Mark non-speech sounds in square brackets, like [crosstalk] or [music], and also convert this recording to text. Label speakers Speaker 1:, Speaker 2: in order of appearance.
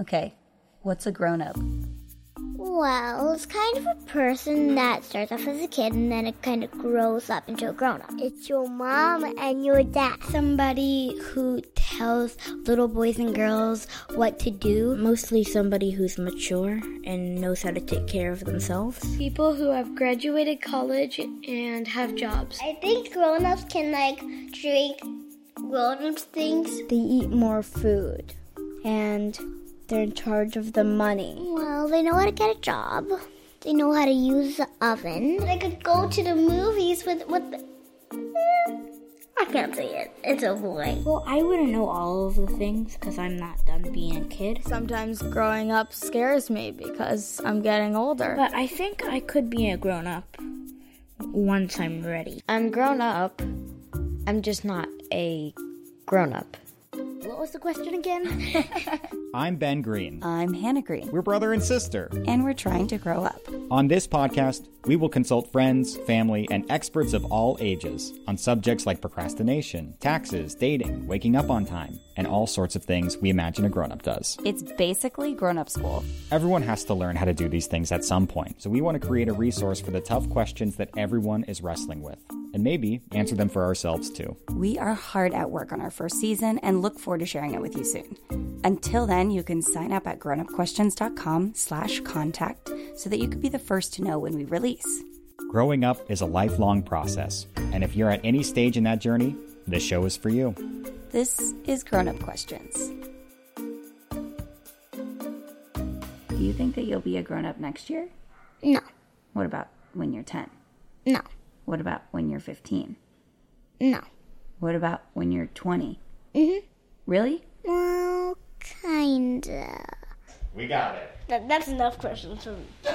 Speaker 1: Okay, what's a grown up?
Speaker 2: Well, it's kind of a person that starts off as a kid and then it kind of grows up into a grown up. It's your mom and your dad.
Speaker 3: Somebody who tells little boys and girls what to do.
Speaker 4: Mostly somebody who's mature and knows how to take care of themselves.
Speaker 5: People who have graduated college and have jobs.
Speaker 2: I think grown ups can like drink grown ups things.
Speaker 6: They eat more food and they're in charge of the money.
Speaker 2: Well, they know how to get a job. They know how to use the oven. They could go to the movies with with. I can't say it. It's a boy.
Speaker 4: Well, I wouldn't know all of the things because I'm not done being a kid.
Speaker 7: Sometimes growing up scares me because I'm getting older.
Speaker 4: But I think I could be a grown up once I'm ready.
Speaker 8: I'm grown up. I'm just not a grown up.
Speaker 4: What was the question again?
Speaker 9: I'm Ben Green.
Speaker 1: I'm Hannah Green,
Speaker 9: We're brother and sister.
Speaker 1: and we're trying to grow up.
Speaker 9: On this podcast, we will consult friends, family, and experts of all ages on subjects like procrastination, taxes, dating, waking up on time, and all sorts of things we imagine a grown up does.
Speaker 1: It's basically grown up school.
Speaker 9: Everyone has to learn how to do these things at some point, so we want to create a resource for the tough questions that everyone is wrestling with, and maybe answer them for ourselves too.
Speaker 1: We are hard at work on our first season and look forward to sharing it with you soon. Until then, you can sign up at grownupquestions.com slash contact so that you can be the first to know when we release.
Speaker 9: Growing up is a lifelong process, and if you're at any stage in that journey, this show is for you.
Speaker 1: This is Grown Up Questions. Do you think that you'll be a grown up next year?
Speaker 2: No,
Speaker 1: What about when you're 10?
Speaker 2: no,
Speaker 1: What about when you're 15?
Speaker 2: no.
Speaker 1: What about when you're 20? Mm-hmm. Really?
Speaker 2: [laughs] Well, kinda.
Speaker 9: We got it.
Speaker 2: That, that's enough questions for me.